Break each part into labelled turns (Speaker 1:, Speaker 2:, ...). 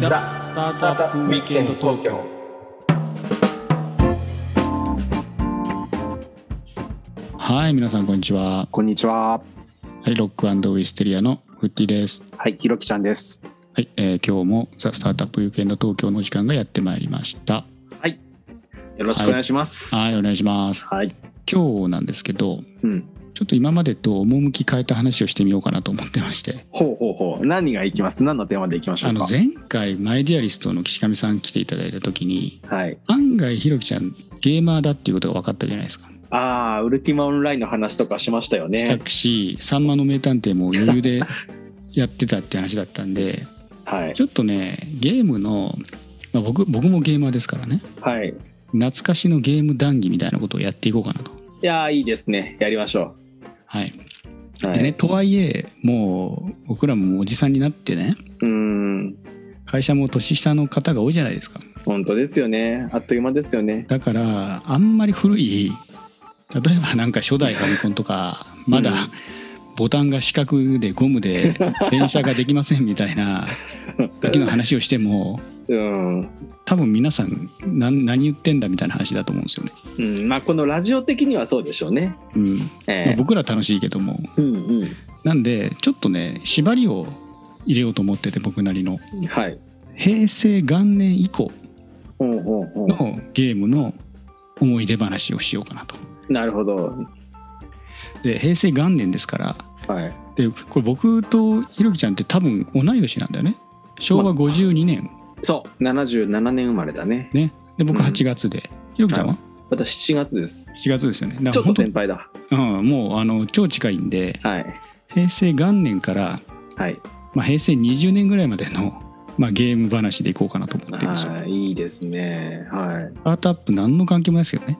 Speaker 1: タートアップウィークエンド東京はい皆さんこんにちは
Speaker 2: こんにちは。
Speaker 1: はいロックウィステリアのフッティです
Speaker 2: はい、ひろきちゃんです。
Speaker 1: はい、えー、今日もザ・スタートアップウィークエンド東京の時間がやってまいりました
Speaker 2: よろしくお願いします。
Speaker 1: はいお願いします
Speaker 2: はい。
Speaker 1: 今日なんですけど
Speaker 2: うん。
Speaker 1: ちょっと今までと趣変えた話をしてみようかなと思ってまして
Speaker 2: ほうほうほう。何がいきます何のテーマでいきましょ
Speaker 1: あ
Speaker 2: う
Speaker 1: の
Speaker 2: か
Speaker 1: 前回マイディアリストの岸上さん来ていただいた時に
Speaker 2: はい。
Speaker 1: 案外ひろきちゃんゲーマーだっていうことが分かったじゃないですか
Speaker 2: ああ、ウルティマオンラインの話とかしましたよ
Speaker 1: した
Speaker 2: ね。
Speaker 1: し「さんまの名探偵」も余裕でやってたって話だったんで
Speaker 2: はい。
Speaker 1: ちょっとねゲームの、まあ、僕僕もゲーマーですからね
Speaker 2: はい。い
Speaker 1: 懐かしのゲーム談義みたいなことをやっていこうかなと。
Speaker 2: やー、いいですね。やりましょ
Speaker 1: はい、
Speaker 2: う。は
Speaker 1: でね
Speaker 2: い。
Speaker 1: とはいえもう僕らももうおじさんになってね
Speaker 2: うーん。
Speaker 1: 会社も年下の方が多いじゃないですか
Speaker 2: 本当ですよね。あっという間ですよね。
Speaker 1: だからあんまり古い例えばなんか初代ファミコンとかまだ、
Speaker 2: うん
Speaker 1: ボタンが四角でゴムで電車ができませんみたいな時の話をしても
Speaker 2: うん。
Speaker 1: 多分皆さん何何言ってんだみたいな話だと思うんですよね。
Speaker 2: うん。まあ、このラジオ的にはそうでしょうね。
Speaker 1: うんまあ
Speaker 2: ええ
Speaker 1: 僕ら楽しいけども
Speaker 2: うん
Speaker 1: なんでちょっとね縛りを入れようと思ってて僕なりの
Speaker 2: うん。はい。
Speaker 1: 平成元年以降
Speaker 2: ほうほうほう。
Speaker 1: のゲームの思い出話をしようかなと。
Speaker 2: なるほど。
Speaker 1: で平成元年ですから
Speaker 2: はい。
Speaker 1: でこれ僕とひろきちゃんって多分同い年なんだよね昭和52年
Speaker 2: そう。77年生まれだね。
Speaker 1: ねで僕
Speaker 2: うん
Speaker 1: 8月で、ひろきちゃんは
Speaker 2: 私7月です。
Speaker 1: 7月ですよね だ
Speaker 2: ち
Speaker 1: か
Speaker 2: ょ
Speaker 1: ら
Speaker 2: っと
Speaker 1: 本当
Speaker 2: 先輩だ。
Speaker 1: うん、もうあの超近いんで
Speaker 2: はい。
Speaker 1: 平成元年から、
Speaker 2: はい。
Speaker 1: まあ、平成20年ぐらいまでの、まあ、ゲーム話でいこうかなと思ってるんですよ
Speaker 2: ああ、いいですね。は
Speaker 1: スタートアップ何の関係もないですけどね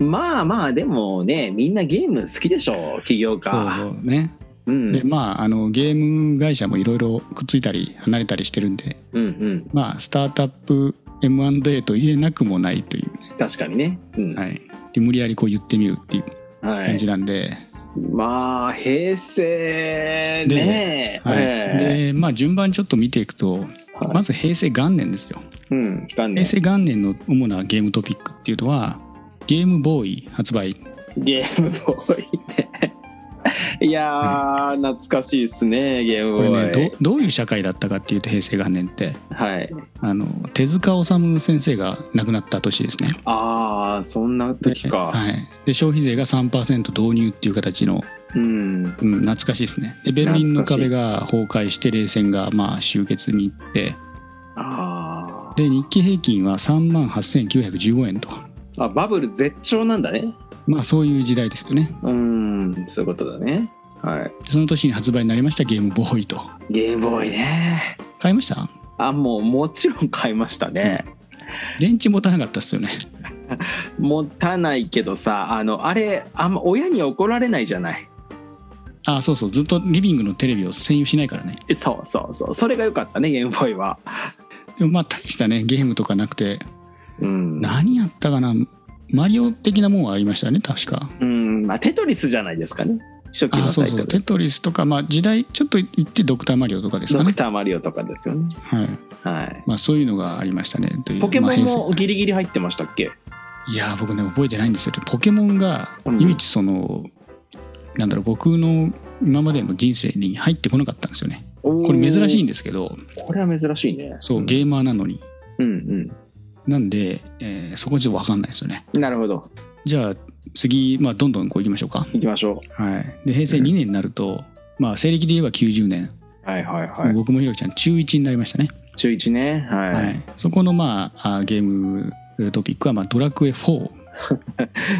Speaker 2: い。まあまあ、でもね、みんなゲーム好きでしょう、起業
Speaker 1: そう
Speaker 2: 家。
Speaker 1: そうね、
Speaker 2: うん。
Speaker 1: でまああのゲーム会社もいろいろくっついたり離れたりしてるんで
Speaker 2: うんうん。
Speaker 1: まあスタートアップ M&A と言えなくもないという、
Speaker 2: 確かにね。うん。は
Speaker 1: はい、で無理やりこう言ってみるっていう
Speaker 2: い。
Speaker 1: 感じなんで、
Speaker 2: まあ、平成ね。
Speaker 1: はい
Speaker 2: ええ
Speaker 1: でまあ順番にちょっと見ていくと、
Speaker 2: はい
Speaker 1: まず平成元年ですよ
Speaker 2: うん。元
Speaker 1: 平
Speaker 2: 年
Speaker 1: 成元年の主なゲームトピックっていうのはゲームボーイ発売
Speaker 2: ゲームボーイね。 いやー、懐かしいですね、ゲーム
Speaker 1: こ
Speaker 2: ボ
Speaker 1: れね
Speaker 2: ーイ。
Speaker 1: どどういう社会だったかっていうと平成元年って
Speaker 2: はい。
Speaker 1: あの手塚治虫先生が亡くなった年ですね。
Speaker 2: ああ、そんな時
Speaker 1: で
Speaker 2: か。
Speaker 1: はい、で消費税が3%導入っていう形の、
Speaker 2: うん。
Speaker 1: うん、懐かしいですねでベルリンの壁が崩壊して冷戦がまあ終結に行って
Speaker 2: あ
Speaker 1: で日経平均は3万8915円と
Speaker 2: ーあ。バブル絶頂なんだね。
Speaker 1: まあそういう時代ですよね
Speaker 2: うーん、そういうことだね。は
Speaker 1: その年に発売になりましたゲームボーイと
Speaker 2: い。ゲームボーイね。
Speaker 1: 買いました
Speaker 2: あ、もうもちろん買いましたね。
Speaker 1: 電池持たなかったっすよね
Speaker 2: 持たないけどさ、あの、あれ、あんま親に怒られないじゃない。
Speaker 1: あそうそうずっとリビングのテレビを占有しないからね
Speaker 2: えそうそうそう。それが良かったね、ゲームボーイは。
Speaker 1: でもまあ大したねゲームとかなくて
Speaker 2: うん。
Speaker 1: 何やったかなマリオ的なもんはありましたね確か
Speaker 2: うん、まあ、テトリスじゃないですかね。初期
Speaker 1: あ
Speaker 2: の
Speaker 1: そ
Speaker 2: タ
Speaker 1: う
Speaker 2: イト
Speaker 1: そ
Speaker 2: ル。
Speaker 1: うテトリスとか、まあ、時代ちょっと言ってドクターマリオとかですか
Speaker 2: ド
Speaker 1: ね
Speaker 2: ク、ターマリオとかですよね。
Speaker 1: はい
Speaker 2: はい。
Speaker 1: まあ、そういうのがありましたねという
Speaker 2: ポケモンも
Speaker 1: まあ平
Speaker 2: ギリギリ入ってましたっけ
Speaker 1: 成いやー僕ね覚えてないんですよポケモンが
Speaker 2: うん
Speaker 1: 唯一その、なんだろう僕の今までの人生に入ってこなかったんですよねこ
Speaker 2: こ
Speaker 1: れ珍しいん
Speaker 2: ん
Speaker 1: ですけど
Speaker 2: これは珍しいね。
Speaker 1: そう
Speaker 2: ゲ
Speaker 1: ゲーマーなのに
Speaker 2: うん
Speaker 1: なんで、えーそこちょっと分かんないですよね
Speaker 2: うん。なるほど。
Speaker 1: じゃあ次、まあ、どんどんこういきましょうか、
Speaker 2: 行きましょ
Speaker 1: はい、で平成2年になると、まあ西暦で言えば90年、
Speaker 2: う。はいはいはい。
Speaker 1: 僕もひろきちゃん中1になりましたね
Speaker 2: 中1ね。はい。
Speaker 1: はい、そこの、まあ、あーゲームトピックは、まあ、ドラクエ4、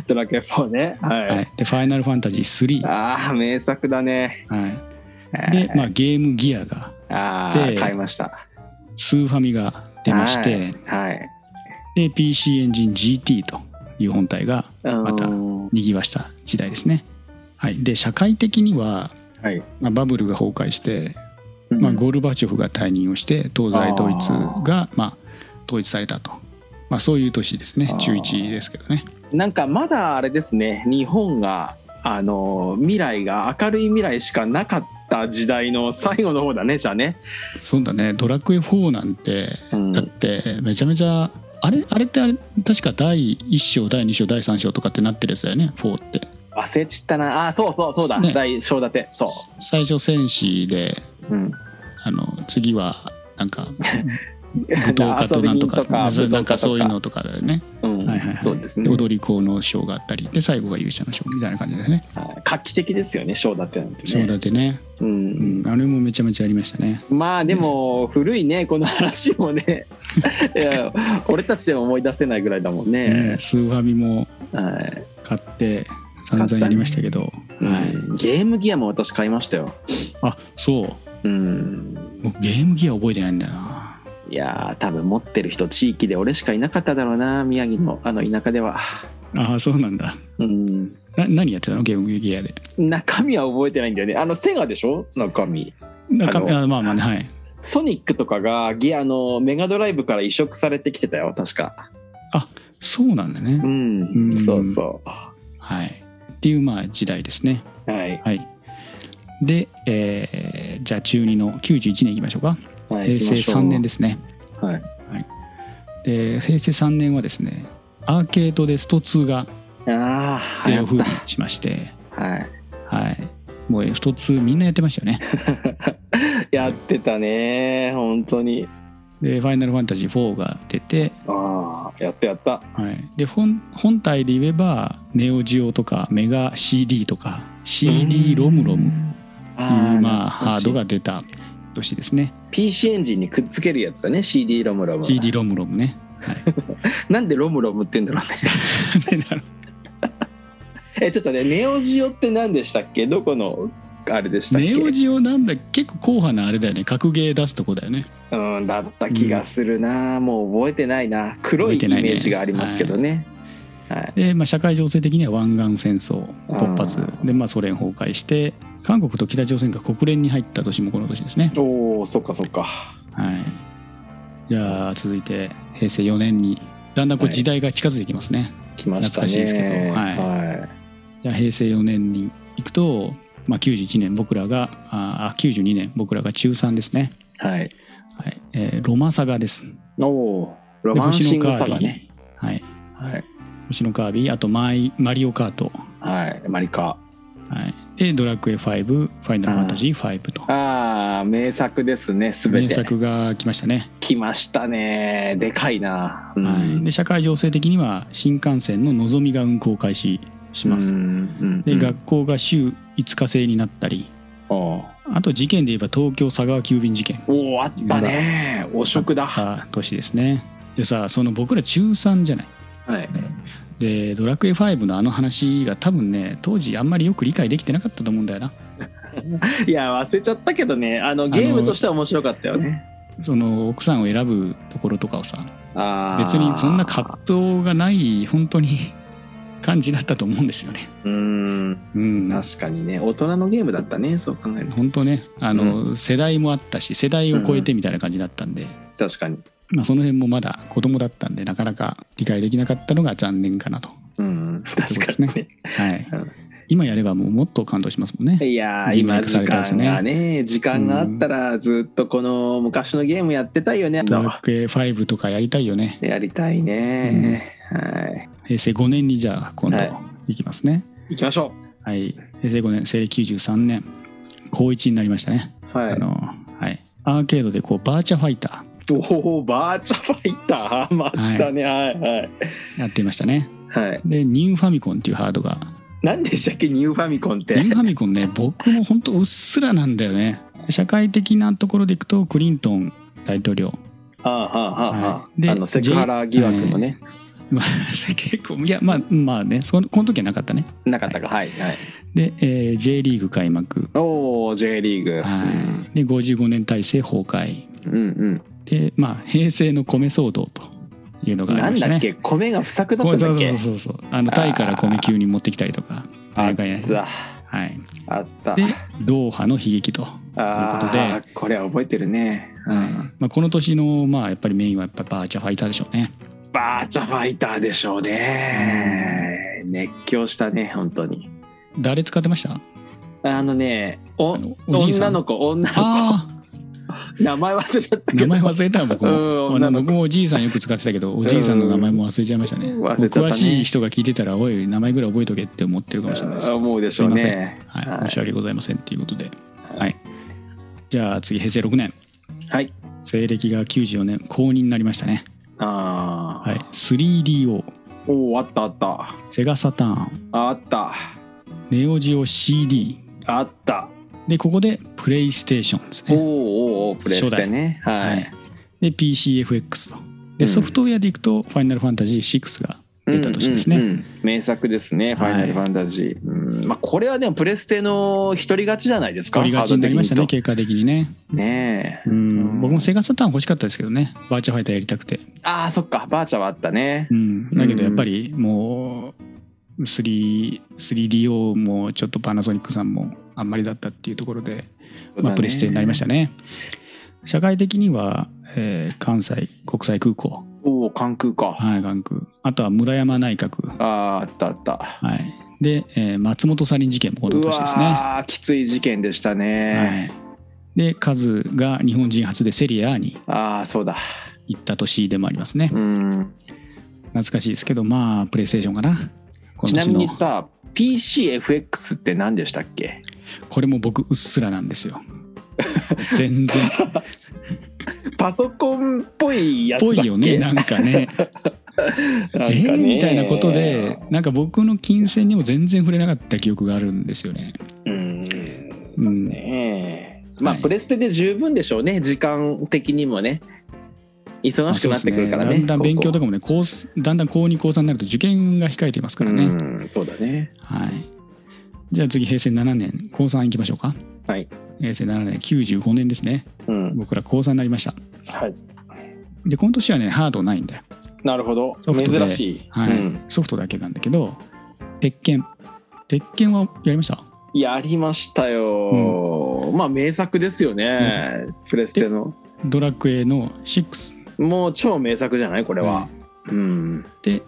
Speaker 2: ドラクエ4ね。はい。
Speaker 1: はい、でファイナルファンタジー3、は
Speaker 2: ああ、名作だね。
Speaker 1: い、で、まあ、ゲームギアが
Speaker 2: あ
Speaker 1: で
Speaker 2: あ、買いました。
Speaker 1: スーファミが出まして
Speaker 2: はい。
Speaker 1: で PC エンジン GT という本体がまた
Speaker 2: うーん
Speaker 1: にぎわした時代ですね、はい、で社会的には、
Speaker 2: はい。
Speaker 1: まあ、バブルが崩壊して、まあ、ゴルバチョフが退任をして東西ドイツが、まあ、統一されたと、まあ、そういう年ですね
Speaker 2: あー
Speaker 1: 中1ですけどね
Speaker 2: なんかまだあれですね、日本が、あのー、未来が明るい未来しかなかった時代の最後の方だねじゃあね。
Speaker 1: そうだね「ドラクエ4」なんて
Speaker 2: うん
Speaker 1: だってめちゃめちゃあれあれってあれ確か第1章第2章第3章とかってなってるやつだよね4って
Speaker 2: 忘れちったなあーそうそうそうだ、
Speaker 1: ね
Speaker 2: 大正立てそ
Speaker 1: 最初戦士で
Speaker 2: う、うん、
Speaker 1: あの次はなんか武道 家となんと
Speaker 2: 遊び人
Speaker 1: か
Speaker 2: とか武道家とか
Speaker 1: なんかそういうのとかだよね、
Speaker 2: うん
Speaker 1: はいはいはい
Speaker 2: そうですね
Speaker 1: 踊り子の章があったりで最後が勇者の章みたいな感じだよね
Speaker 2: はい画期的ですよね正立てなんてね
Speaker 1: 章だってね、
Speaker 2: う
Speaker 1: うんん、あれもめちゃめちゃありましたね
Speaker 2: まあでも古いねこの話も ねいや俺たちでも思い出せないぐらいだもん
Speaker 1: ね
Speaker 2: ね、
Speaker 1: スーファミも
Speaker 2: はい
Speaker 1: 買って散々やりましたけど、はい
Speaker 2: うんゲームギアも私買いましたよ
Speaker 1: あそう
Speaker 2: うん
Speaker 1: 僕ゲームギア覚えてないんだよない
Speaker 2: やー多分持ってる人地域で俺しかいなかっただろうな宮城のあの田舎では
Speaker 1: ああそうなんだ
Speaker 2: うん
Speaker 1: な何やってたのゲームギアで
Speaker 2: 中身は覚えてないんだよねあのセガでしょ中身
Speaker 1: 中
Speaker 2: あの
Speaker 1: あまあまあねはい
Speaker 2: ソニックとかがギアのメガドライブから移植されてきてたよ確か
Speaker 1: そうなんだね、
Speaker 2: うん、
Speaker 1: うん
Speaker 2: そうそ
Speaker 1: はいっていうまあ時代ですね
Speaker 2: うはい
Speaker 1: はいで、えーじゃあ中2の91年いきましょうか
Speaker 2: はい
Speaker 1: 平成3年ですすね
Speaker 2: はい
Speaker 1: で平成3年はですねアーケードでスト2が
Speaker 2: ああ
Speaker 1: 大風靡しまして
Speaker 2: はい
Speaker 1: はいもうスト2みんなやってましたよ ね
Speaker 2: やってたね本当に
Speaker 1: で「ファイナルファンタジー4」が出て、
Speaker 2: ああやったやった
Speaker 1: はい、で本本体で言えば「ネオジオ」とか「メガ CD」とか「CD ロムロム」っていうまあハードが出た年ですね
Speaker 2: PC エンジンにくっつけるやつだね CD ロムロム
Speaker 1: CD ロムロムね、 はい、
Speaker 2: なんでロムロムって言うんだろうね
Speaker 1: でなる
Speaker 2: えちょっとねネオジオって何でしたっけどこのあれでしたっけ
Speaker 1: ネオジオなんだ結構硬派なあれだよね格ゲー出すとこだよね
Speaker 2: うんだった気がするな、もう覚えてないな黒いイ
Speaker 1: 覚えてないね
Speaker 2: メージがありますけどねはい、
Speaker 1: で、まあ、社会情勢的には湾岸戦争勃発
Speaker 2: あー
Speaker 1: で、まあ、ソ連崩壊して韓国と北朝鮮が国連に入った年もこの年ですね、
Speaker 2: おおそっかそっか
Speaker 1: はい、じゃあ続いて平成4年にだんだんこう
Speaker 2: はい
Speaker 1: 時代が近づいてきますね、
Speaker 2: 来ましたね
Speaker 1: 懐かしいですけどはい
Speaker 2: は
Speaker 1: じゃあ平成4年に行くと、まあ、91年僕らがあー92年僕らが中3ですね、
Speaker 2: い、はい、
Speaker 1: はいえーロマサガです
Speaker 2: おおロ
Speaker 1: で
Speaker 2: マンシング
Speaker 1: 星
Speaker 2: さ
Speaker 1: のカー
Speaker 2: が
Speaker 1: ビィ、
Speaker 2: ね
Speaker 1: はい、
Speaker 2: はい、
Speaker 1: 星のカービィあとマイマリオカート、
Speaker 2: はい、マリカ
Speaker 1: はい、でドラクエ5ファイナルファンタジー5と
Speaker 2: ああ名作ですねすべ
Speaker 1: 名
Speaker 2: て
Speaker 1: 作が来ましたね、
Speaker 2: 来ましたねでかいな、うん
Speaker 1: はい、で社会情勢的には新幹線ののぞみが運行開始します、
Speaker 2: うんうん
Speaker 1: で
Speaker 2: うん
Speaker 1: 学校が週5日制になったり
Speaker 2: おう
Speaker 1: あと事件で言えば東京佐川急便事件
Speaker 2: おうあったね汚職だは
Speaker 1: あ年ですねでさその僕ら中3じゃない
Speaker 2: い
Speaker 1: で「ドラクエ5」のあの話が多分ね当時あんまりよく理解できてなかったと思うんだよない
Speaker 2: や忘れちゃったけどねあのゲームとしては面白かったよね
Speaker 1: その奥さんを選ぶところとかをさ
Speaker 2: あー
Speaker 1: 別にそんな葛藤がない本当に 感じだったと思うんですよね
Speaker 2: うん
Speaker 1: うん
Speaker 2: 確かにね大人のゲームだったねそう考えると
Speaker 1: 本当ねあの、世代もあったし世代を超えてみたいな感じだったんで、
Speaker 2: 確かに
Speaker 1: まあ、その辺もまだ子供だったんでなかなか理解できなかったのが残念かなと、
Speaker 2: うん確かに
Speaker 1: そう
Speaker 2: ね
Speaker 1: はい
Speaker 2: うん
Speaker 1: 今やればもうもっと感動しますもんね
Speaker 2: いやー
Speaker 1: リメイ
Speaker 2: 今
Speaker 1: クさ
Speaker 2: 時
Speaker 1: れたんです
Speaker 2: 間
Speaker 1: ね
Speaker 2: がね時間があったらずっとこの昔のゲームやってたいよね
Speaker 1: 「ドラクエ5」とかやりたいよね
Speaker 2: やりたいね、はい
Speaker 1: 平成5年にじゃあ今度
Speaker 2: はい
Speaker 1: いきますね
Speaker 2: 行きましょ
Speaker 1: はい、平成5年西暦93年高1になりましたね、
Speaker 2: うは
Speaker 1: あ
Speaker 2: い
Speaker 1: のはいアーケードでこうバーチャファイタ
Speaker 2: おおバーチャファイターまたねはいはい
Speaker 1: ーやっていましたね
Speaker 2: はい
Speaker 1: でニューファミコンっていうハードが
Speaker 2: 何でしたっけニューファミコンっ
Speaker 1: ニュ
Speaker 2: て
Speaker 1: ーファミコンね僕も本当うっすらなんだよね社会的なところでいくとクリントン大 統領
Speaker 2: あああああああ
Speaker 1: はいで
Speaker 2: あのセクハラ疑惑もね
Speaker 1: まあ結構いやまあまあねそのこの時はなかったね
Speaker 2: なかったかはいはい
Speaker 1: で、えー J リーグ開幕、
Speaker 2: おお J リーグ
Speaker 1: はい、で55年体制崩壊
Speaker 2: うんうん
Speaker 1: でまあ平成の米騒動というのがあ
Speaker 2: なん
Speaker 1: りました
Speaker 2: だっ
Speaker 1: ね
Speaker 2: け米が不作だ
Speaker 1: こ
Speaker 2: っ
Speaker 1: う
Speaker 2: た
Speaker 1: そ
Speaker 2: んだ
Speaker 1: う
Speaker 2: っけ
Speaker 1: そうそうそうあのタイから米球に持ってきたりとか
Speaker 2: あ
Speaker 1: あ
Speaker 2: っ
Speaker 1: れがね
Speaker 2: た
Speaker 1: はい
Speaker 2: あった
Speaker 1: でドーハの悲劇と、
Speaker 2: ああこれは覚えてるね、う
Speaker 1: はい
Speaker 2: ん、
Speaker 1: まあ、この年のまあやっぱりメインはやっぱバーチャファイターでしょうね
Speaker 2: バーチャファイターでしょうね熱狂したね本当に
Speaker 1: 誰使ってました
Speaker 2: あのねお
Speaker 1: あのおじいさん
Speaker 2: 女の子女の
Speaker 1: あ
Speaker 2: 子名前忘れちゃった
Speaker 1: あ
Speaker 2: け
Speaker 1: 名
Speaker 2: ど
Speaker 1: 前忘れたわ僕も、
Speaker 2: うん
Speaker 1: まあ
Speaker 2: 女の子
Speaker 1: 僕もおじいさんよく使ってたけどおじいさんの名前も忘れちゃいましたね、
Speaker 2: うん忘れちゃったね
Speaker 1: 詳しい人が聞いてたらおい名前ぐらい覚えとけって思ってるかもしれないです
Speaker 2: あ思うでしょう
Speaker 1: すい
Speaker 2: ね
Speaker 1: はい、
Speaker 2: はい
Speaker 1: 申し訳ございませんということで、はい、じゃあ次平成6年
Speaker 2: はい
Speaker 1: 西暦が94年公認になりましたね、
Speaker 2: ああ、
Speaker 1: はい、3DO
Speaker 2: おおあったあった
Speaker 1: セガサターン
Speaker 2: あった
Speaker 1: ネオジオ CD
Speaker 2: あった
Speaker 1: でここでプレイステーションです
Speaker 2: おー
Speaker 1: ね
Speaker 2: おーおープレステねは
Speaker 1: はい
Speaker 2: い、
Speaker 1: で PCFX と
Speaker 2: う
Speaker 1: で
Speaker 2: ん
Speaker 1: ソフトウェアでいくと「ファイナルファンタジー6」が出た年ですね、
Speaker 2: うんうんうん名作ですね「ファイナ
Speaker 1: はい
Speaker 2: ルファンタジー」うんまあ、これはでもプレステの一人勝ちじゃないですか
Speaker 1: 取りがちになりましたね結果的にね
Speaker 2: ねえ
Speaker 1: うん僕もセガサターン欲しかったですけどねバーチャファイターやりたくて
Speaker 2: ああそっかバーチャはあったね
Speaker 1: うんだけどやっぱりもう 3- 3DO もちょっとパナソニックさんもあんまりだったっていうところで、まあ、プレステになりました
Speaker 2: ね
Speaker 1: ね社会的には、えー関西国際空港
Speaker 2: おお関空か
Speaker 1: はい関空あとは村山内閣
Speaker 2: あああったあった
Speaker 1: はいで、えー松本サリン事件もこの
Speaker 2: う
Speaker 1: 年ですね
Speaker 2: わーきつい事件でした
Speaker 1: は
Speaker 2: ね、
Speaker 1: いでカズが日本人初でセリアに
Speaker 2: ああそうだ
Speaker 1: 行った年でもありますね
Speaker 2: うん
Speaker 1: 懐かしいですけどまあプレイステーションかなこの
Speaker 2: ちなみ
Speaker 1: 年の
Speaker 2: にさ PCFX って何でしたっけ
Speaker 1: これも僕うっすらなんで すよ全然
Speaker 2: パソコンっぽいやつだっ
Speaker 1: ぽ
Speaker 2: け
Speaker 1: いよねなんか ね
Speaker 2: な
Speaker 1: え
Speaker 2: んかね
Speaker 1: ーみたいなことでなんか僕の金銭にも全然触れなかった記憶があるんですよね
Speaker 2: うん
Speaker 1: うん
Speaker 2: ねえまあ、
Speaker 1: はい
Speaker 2: プレステで十分でしょうね時間的にもね忙しくなってくるからね
Speaker 1: そうですだんだん勉強と
Speaker 2: か
Speaker 1: かもね高すだんだん高2高3になると受験が控えていますからね、
Speaker 2: うんそうだね
Speaker 1: はいじゃあ次平成7年高3行きましょうか
Speaker 2: はい
Speaker 1: 平成7年95年ですね
Speaker 2: うん
Speaker 1: 僕ら高3になりました
Speaker 2: はい
Speaker 1: でこの年はねハードないんだよ、
Speaker 2: なるほど
Speaker 1: ソフトで
Speaker 2: 珍しい、
Speaker 1: はい
Speaker 2: うん
Speaker 1: ソフトだけなんだけど鉄拳鉄拳はやりました
Speaker 2: やりましたよ、まあ名作ですよね、プレステの
Speaker 1: ドラクエの6
Speaker 2: もう超名作じゃないこれは、うん
Speaker 1: で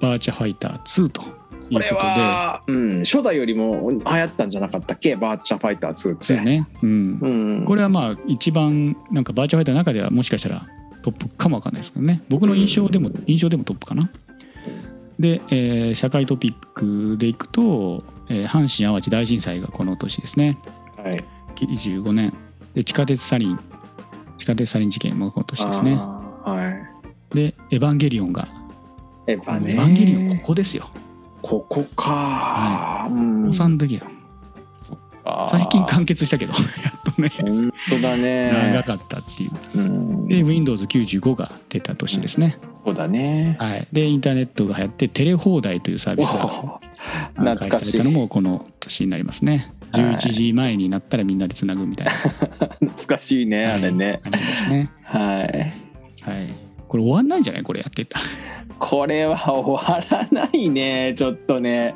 Speaker 1: バーチャファイター2という
Speaker 2: こ
Speaker 1: こと
Speaker 2: れ
Speaker 1: で
Speaker 2: は、うん、初代よりも流行ったんじゃなかったっけバーチャファイター2って
Speaker 1: そうね、うん
Speaker 2: うん、
Speaker 1: これはまあ一番なんかバーチャファイターの中ではもしかしたらトップかもわかんないですけどね僕の印象でも、
Speaker 2: うん
Speaker 1: 印象でもトップかなで、えー社会トピックでいくと、えー阪神・淡路大震災がこの年ですね
Speaker 2: はい
Speaker 1: 95年で地下鉄サリン地下鉄サリン事件もこの年ですね
Speaker 2: あーはい
Speaker 1: で「エヴァンゲリオンが」
Speaker 2: エヴァ
Speaker 1: エ
Speaker 2: ね
Speaker 1: ヴァンゲリオンここですよ
Speaker 2: ここか、うん
Speaker 1: お産の時よ最近完結したけど やっとね
Speaker 2: 本当だ
Speaker 1: 長
Speaker 2: ね、
Speaker 1: かったっていう
Speaker 2: うん、
Speaker 1: で Windows95 が出た年ですね、
Speaker 2: そうだね
Speaker 1: はい、でインターネットが流行ってテレ放題というサービスが
Speaker 2: お
Speaker 1: 開
Speaker 2: 懐
Speaker 1: 始
Speaker 2: か
Speaker 1: さ
Speaker 2: し
Speaker 1: れ
Speaker 2: い
Speaker 1: たのもこの年になりますね
Speaker 2: はい
Speaker 1: 11時前になったらみんなでつなぐみたいな、
Speaker 2: 懐かしいね、
Speaker 1: はい
Speaker 2: あれね
Speaker 1: 感じですね、
Speaker 2: はい
Speaker 1: はい、これ終わんないんじゃないこれやってた
Speaker 2: これは終わらないねちょっとね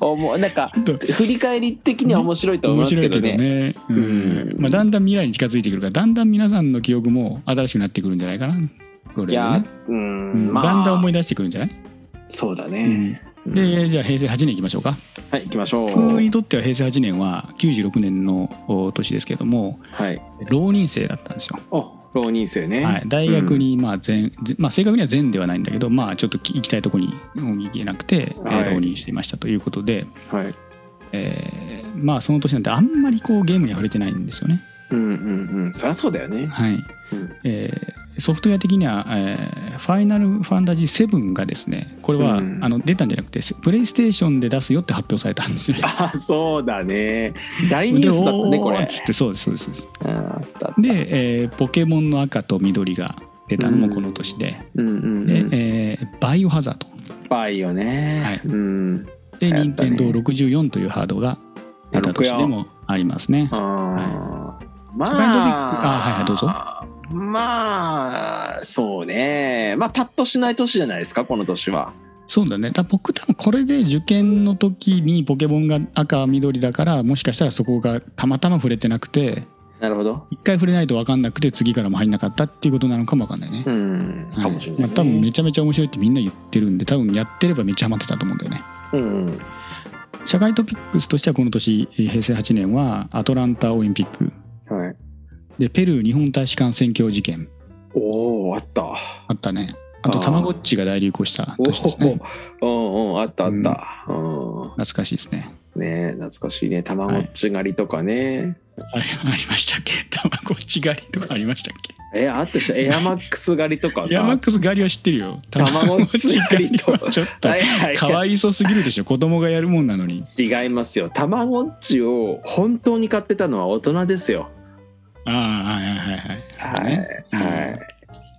Speaker 2: おもなんか
Speaker 1: ょっ
Speaker 2: 振り返り的には面白いと思い
Speaker 1: 面
Speaker 2: ます
Speaker 1: 白
Speaker 2: け
Speaker 1: いけ
Speaker 2: ど
Speaker 1: ど
Speaker 2: ね
Speaker 1: ね、うん
Speaker 2: うん
Speaker 1: まあ、だんだん未来に近づいてくるからだんだん皆さんの記憶も新しくなってくるんじゃないかなこ
Speaker 2: い
Speaker 1: れは
Speaker 2: や
Speaker 1: ね、
Speaker 2: うん
Speaker 1: うん
Speaker 2: まあ
Speaker 1: だんだん思い出してくるんじゃない、
Speaker 2: そうだ
Speaker 1: う
Speaker 2: ね、
Speaker 1: ん
Speaker 2: うん
Speaker 1: でじゃあ平成8年いきましょうか
Speaker 2: はい行きましょう
Speaker 1: 僕にとっては平成8年は96年のお年ですけども
Speaker 2: はい
Speaker 1: 浪人生だったんですよ
Speaker 2: お浪人生ね、
Speaker 1: はい、大学にまあ全、ぜまあ、正確には全ではないんだけど、まあ、ちょっとき行きたいとこにうん行けなくて、えー
Speaker 2: はい
Speaker 1: 浪人していましたということで、
Speaker 2: はい
Speaker 1: えーまあ、その年なんてあんまりこうゲームには触れてないんですよね。
Speaker 2: うんうんうんそりゃそうだよね、
Speaker 1: はい
Speaker 2: うん
Speaker 1: えーソフトウェア的には、えーファイナルファンタジー7」がですねこれは、
Speaker 2: うん
Speaker 1: あの出たんじゃなくてプレイステーションで出すよって発表されたんですよね。
Speaker 2: あそうだね大ニュースだった
Speaker 1: で
Speaker 2: ね
Speaker 1: おー
Speaker 2: これ
Speaker 1: っつってそうですそうですそうです
Speaker 2: うんあったあった
Speaker 1: で、えーポケモンの赤と緑が出たのもこの年で,、
Speaker 2: うんうん
Speaker 1: で
Speaker 2: うん
Speaker 1: えーバイオハザード」
Speaker 2: バイよね、
Speaker 1: はい
Speaker 2: うん
Speaker 1: で、
Speaker 2: 流行
Speaker 1: 任
Speaker 2: ったね
Speaker 1: 天堂64というハードが出た年でもありますね
Speaker 2: あ。ーま
Speaker 1: セカンドビッグあ
Speaker 2: あ
Speaker 1: はいはいどうぞ
Speaker 2: まあそうねまあパッとしない年じゃないですかこの年は
Speaker 1: そうだね。だ僕多分これで受験の時にポケモンが赤緑だから、もしかしたらそこがたまたま触れてなくて、
Speaker 2: なるほど
Speaker 1: 一回触れないと分かんなくて次からも入んなかったっていうことなのかも分かんないね
Speaker 2: う。ん
Speaker 1: はい
Speaker 2: かもしれない、ね
Speaker 1: まあ、多分めちゃめちゃ面白いってみんな言ってるんで多分やってればめっちゃハマってたと思うんだよね
Speaker 2: うん
Speaker 1: 社会トピックスとしてはこの年えー平成8年はアトランタオリンピック
Speaker 2: はい。
Speaker 1: でペルー日本大使館占拠事件
Speaker 2: おお、あった。
Speaker 1: あったねあと
Speaker 2: あー
Speaker 1: たまごっちが大流行した
Speaker 2: お
Speaker 1: 年ですね
Speaker 2: お、うんうん、あったあった。うん。
Speaker 1: 懐かしいですね
Speaker 2: ねえ懐かしいね。たまごっち狩りとかね。
Speaker 1: あれありましたっけ たまごっち狩りとかありましたっけ
Speaker 2: え、あったでしょ。エアマックス狩りとか
Speaker 1: いやマッ
Speaker 2: さ。
Speaker 1: クス狩りは知ってるよた
Speaker 2: まごっち狩りと
Speaker 1: まごっち狩りはちょっと
Speaker 2: はいはい
Speaker 1: かわいそすぎるでし ょ子供がやるもんなのに
Speaker 2: 違いますよ。たまごっちを本当に買ってたのは大人ですよ。
Speaker 1: ああはいはいはい
Speaker 2: は
Speaker 1: ね
Speaker 2: い。はい。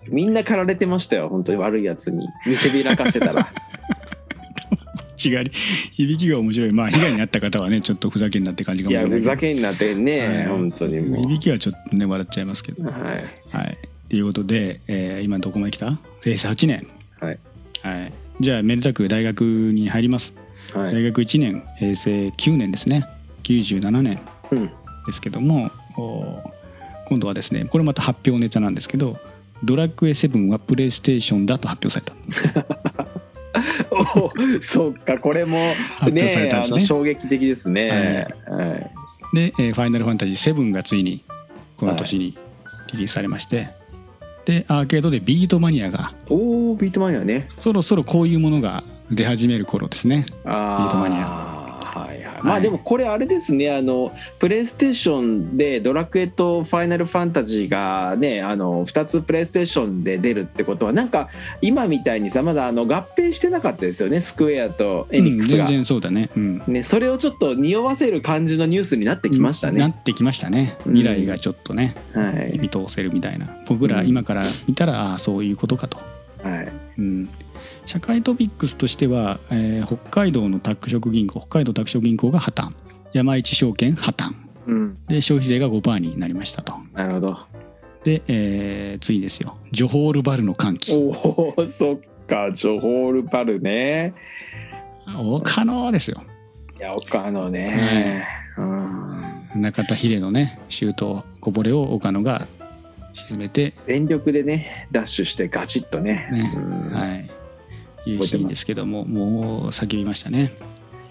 Speaker 2: みんな駆られてましたよ。本当に悪いやつに見せびらかして たら。
Speaker 1: 違い響きが面白いまあ被害に遭った方はねちょっとふざけんなって感じか
Speaker 2: い
Speaker 1: もしれ
Speaker 2: や、
Speaker 1: ない
Speaker 2: ふ
Speaker 1: けど
Speaker 2: ざけんなってんね。
Speaker 1: はい
Speaker 2: 本当にも
Speaker 1: 響きはちょっとね笑っちゃいますけど
Speaker 2: う。はい。
Speaker 1: はいということで、えー今どこまで来た平成8年
Speaker 2: はい、
Speaker 1: はい、じゃあめでたく大学に入ります
Speaker 2: はい。
Speaker 1: 大学1年平成9年ですね97年
Speaker 2: うん
Speaker 1: ですけども、お今度はですねこれまた発表ネタなんですけど「ドラクエ7はプレイステーションだ」と発表された
Speaker 2: おそっか、これも
Speaker 1: 発表され
Speaker 2: ね、
Speaker 1: た
Speaker 2: あ
Speaker 1: んですね
Speaker 2: の衝撃的ですね。はい。
Speaker 1: で、えーファイナルファンタジー7」がついにこの年にリリースされまして、でアーケードでビートマニアが
Speaker 2: おお、ビートマニアね。
Speaker 1: そろそろこういうものが出始める頃ですね
Speaker 2: あ
Speaker 1: ビートマニア
Speaker 2: はいはい、
Speaker 1: い
Speaker 2: まあでもこれあれですねあのプレイステーションで「ドラクエ」と「ファイナルファンタジー」がねあの2つプレイステーションで出るってことはなんか今みたいにさまだあの合併してなかったですよねスクエアとエニックス
Speaker 1: うん
Speaker 2: が、
Speaker 1: 全然そうだねうん
Speaker 2: ね、それをちょっと匂わせる感じのニュースになってきました
Speaker 1: な
Speaker 2: ね、
Speaker 1: ってきましたね
Speaker 2: うん
Speaker 1: 未来がちょっとね、
Speaker 2: はい
Speaker 1: 見通せるみたいな僕ら
Speaker 2: うん
Speaker 1: 今から見たら、ああそういうことかと、
Speaker 2: はい
Speaker 1: うん、社会トピックスとしては、えー北海道の拓殖銀行北海道拓殖銀行が破綻山一証券破綻
Speaker 2: うん、
Speaker 1: で消費税が5%になりましたと
Speaker 2: なるほど
Speaker 1: で、えーついにですよジョホールバルの歓喜
Speaker 2: おおそっかジョホールパルね
Speaker 1: 岡野ですよ
Speaker 2: いや岡野ね、うん、
Speaker 1: 中田秀のねシュートこぼれを岡野が沈めて、
Speaker 2: 全力でねダッシュしてガチッとね
Speaker 1: ね
Speaker 2: うん
Speaker 1: はい、いう
Speaker 2: 覚えて
Speaker 1: シ
Speaker 2: ます
Speaker 1: ーンですけどももう叫びましたね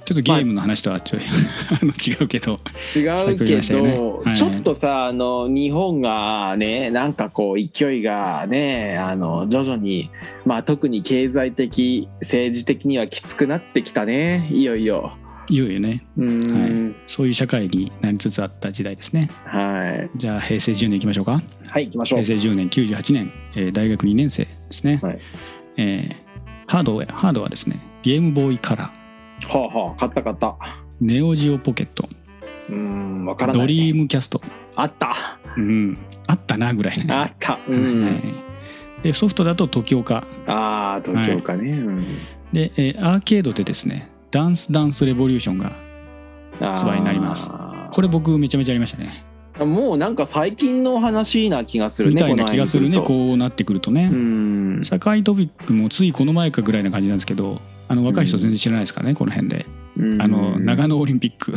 Speaker 1: ちょっとゲームの話とはちょい、 あの違うけど
Speaker 2: 違う
Speaker 1: 最高言い
Speaker 2: け
Speaker 1: ましたよ
Speaker 2: ど、
Speaker 1: ねはい
Speaker 2: ちょっとさあの日本がねなんかこう勢いがねあの徐々に、まあ、特に経済的政治的にはきつくなってきたねいよいよ。
Speaker 1: いよいよね
Speaker 2: うーん
Speaker 1: そういう社会になりつつあった時代ですね
Speaker 2: はい、
Speaker 1: じゃあ平成10年いきましょうか
Speaker 2: はい、行きましょう
Speaker 1: 平。成10年98年、えー大学2年生ですね、
Speaker 2: はい
Speaker 1: えーハードウェアハードはですねゲームボーイカラー
Speaker 2: はあ、はあ、買った買った。
Speaker 1: ネオジオポケット
Speaker 2: うーん、わからない。
Speaker 1: ドリームキャスト、
Speaker 2: あった、
Speaker 1: うん、あったなぐらいね
Speaker 2: あった。う
Speaker 1: は
Speaker 2: ん、
Speaker 1: いでソフトだと時岡
Speaker 2: ああ、東京かね。うん
Speaker 1: で、えーアーケードでですね「ダンスダンスレボリューションが発売になります。
Speaker 2: あー
Speaker 1: これ僕めちゃめちゃありましたね
Speaker 2: もうなんか最近の話な気がするね。
Speaker 1: みたいな
Speaker 2: この
Speaker 1: 気がするね
Speaker 2: 間と
Speaker 1: こうなってくるとね、
Speaker 2: うん。
Speaker 1: 社会トピックもついこの前かぐらいな感じなんですけどあの若い人全然知らないですからね、この辺であの
Speaker 2: うん
Speaker 1: 長野オリンピッ ク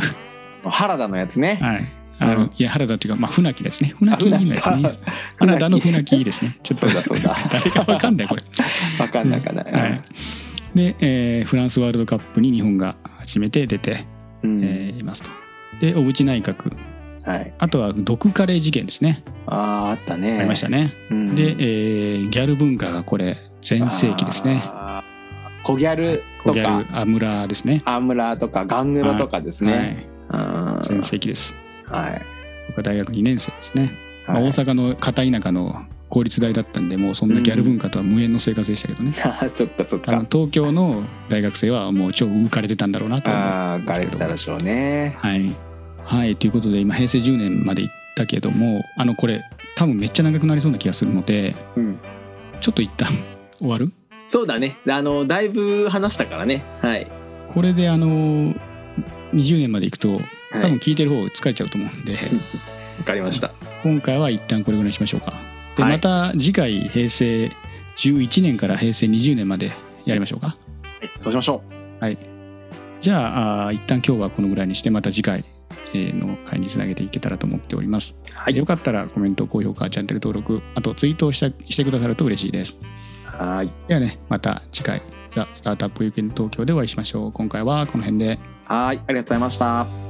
Speaker 2: 原田のやつね。
Speaker 1: はいあの、
Speaker 2: うん
Speaker 1: いや原田っていうか、まあ、船木ですね船木です
Speaker 2: 船木
Speaker 1: ね
Speaker 2: か
Speaker 1: 原田の船木ですねちょっと
Speaker 2: そうだそうだ
Speaker 1: 誰かわかん ないこれ
Speaker 2: わかんなかない。
Speaker 1: はい、で、えーフランスワールドカップに日本が初めて出て、
Speaker 2: うん
Speaker 1: えーいますと。で小渕内閣
Speaker 2: はい。
Speaker 1: あとは毒カレー事件ですね、
Speaker 2: あああったね。
Speaker 1: ありましたね。
Speaker 2: うん。
Speaker 1: で、えーギャル文化がこれ全盛期ですね。
Speaker 2: あー。小ギャル
Speaker 1: 小
Speaker 2: と
Speaker 1: ギャ
Speaker 2: か
Speaker 1: ルアムラーですね。
Speaker 2: アムラとかガングロとかですね。
Speaker 1: はい、
Speaker 2: 先
Speaker 1: 全盛期です。
Speaker 2: はい。はい
Speaker 1: 僕は大学2年生ですね。まあ大阪の片田舎の公立大だったんでもうそんなギャル文化とは無縁の生活でしたけどね。
Speaker 2: あ ーそっかそっ
Speaker 1: あの
Speaker 2: か。
Speaker 1: 東京の大学生はもう超浮かれてたんだろうなと思う
Speaker 2: ああ、
Speaker 1: んで
Speaker 2: ガ
Speaker 1: す
Speaker 2: レ
Speaker 1: け
Speaker 2: て
Speaker 1: ど
Speaker 2: たでしょうね。
Speaker 1: はい、はい、ということで今平成10年まで行ったけどもあのこれ多分めっちゃ長くなりそうな気がするので
Speaker 2: うん。
Speaker 1: ちょっと一旦終わる
Speaker 2: そうだね。あのだいぶ話したからね。はい。
Speaker 1: これであのー20年まで行くと
Speaker 2: はい
Speaker 1: 多分聞いてる方疲れちゃうと思うんで、
Speaker 2: わかりました。
Speaker 1: 今回は一旦これぐらいにしましょうかで、
Speaker 2: はい
Speaker 1: また次回平成11年から平成20年までやりましょうか
Speaker 2: はいそうしましょ
Speaker 1: じゃああー一旦今日はこのぐらいにしてまた次回えーの回につなげていけたらと思っております、
Speaker 2: はい
Speaker 1: よかったらコメント高評価チャンネル登録あとツイートをしたしてくださると嬉しいです
Speaker 2: う。はーい。
Speaker 1: ではねまた次回「ザ・スタートアップ有権東京」でお会いしましょう今回はこの辺で
Speaker 2: はいありがとうございました